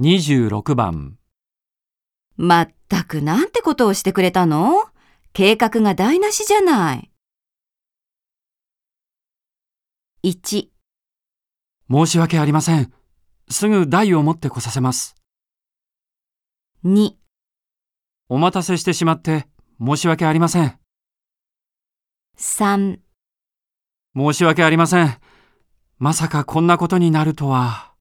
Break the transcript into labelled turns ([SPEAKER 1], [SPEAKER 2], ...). [SPEAKER 1] 26番、
[SPEAKER 2] まったくなんてことをしてくれたの計画が台無しじゃない。1、
[SPEAKER 1] 申し訳ありません。すぐ台を持ってこさせます。
[SPEAKER 2] 2、
[SPEAKER 1] お待たせしてしまって申し訳ありません。
[SPEAKER 2] 3。
[SPEAKER 1] 申し訳ありません。まさかこんなことになるとは。